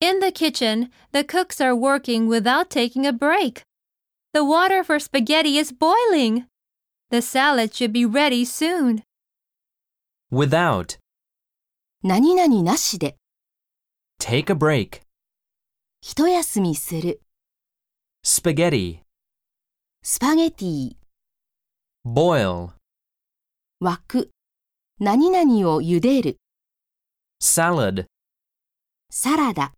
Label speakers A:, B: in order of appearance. A: In the kitchen, the cooks are working without taking a break. The water for spaghetti is boiling. The salad should be ready soon.
B: Without.
C: 何々なしで、
B: Take a break.
C: 一休みする、
B: Spaghetti.
C: スパゲティ、
B: Boil.
C: 沸く、何々を茹でる、
B: Salad.
C: サラダ。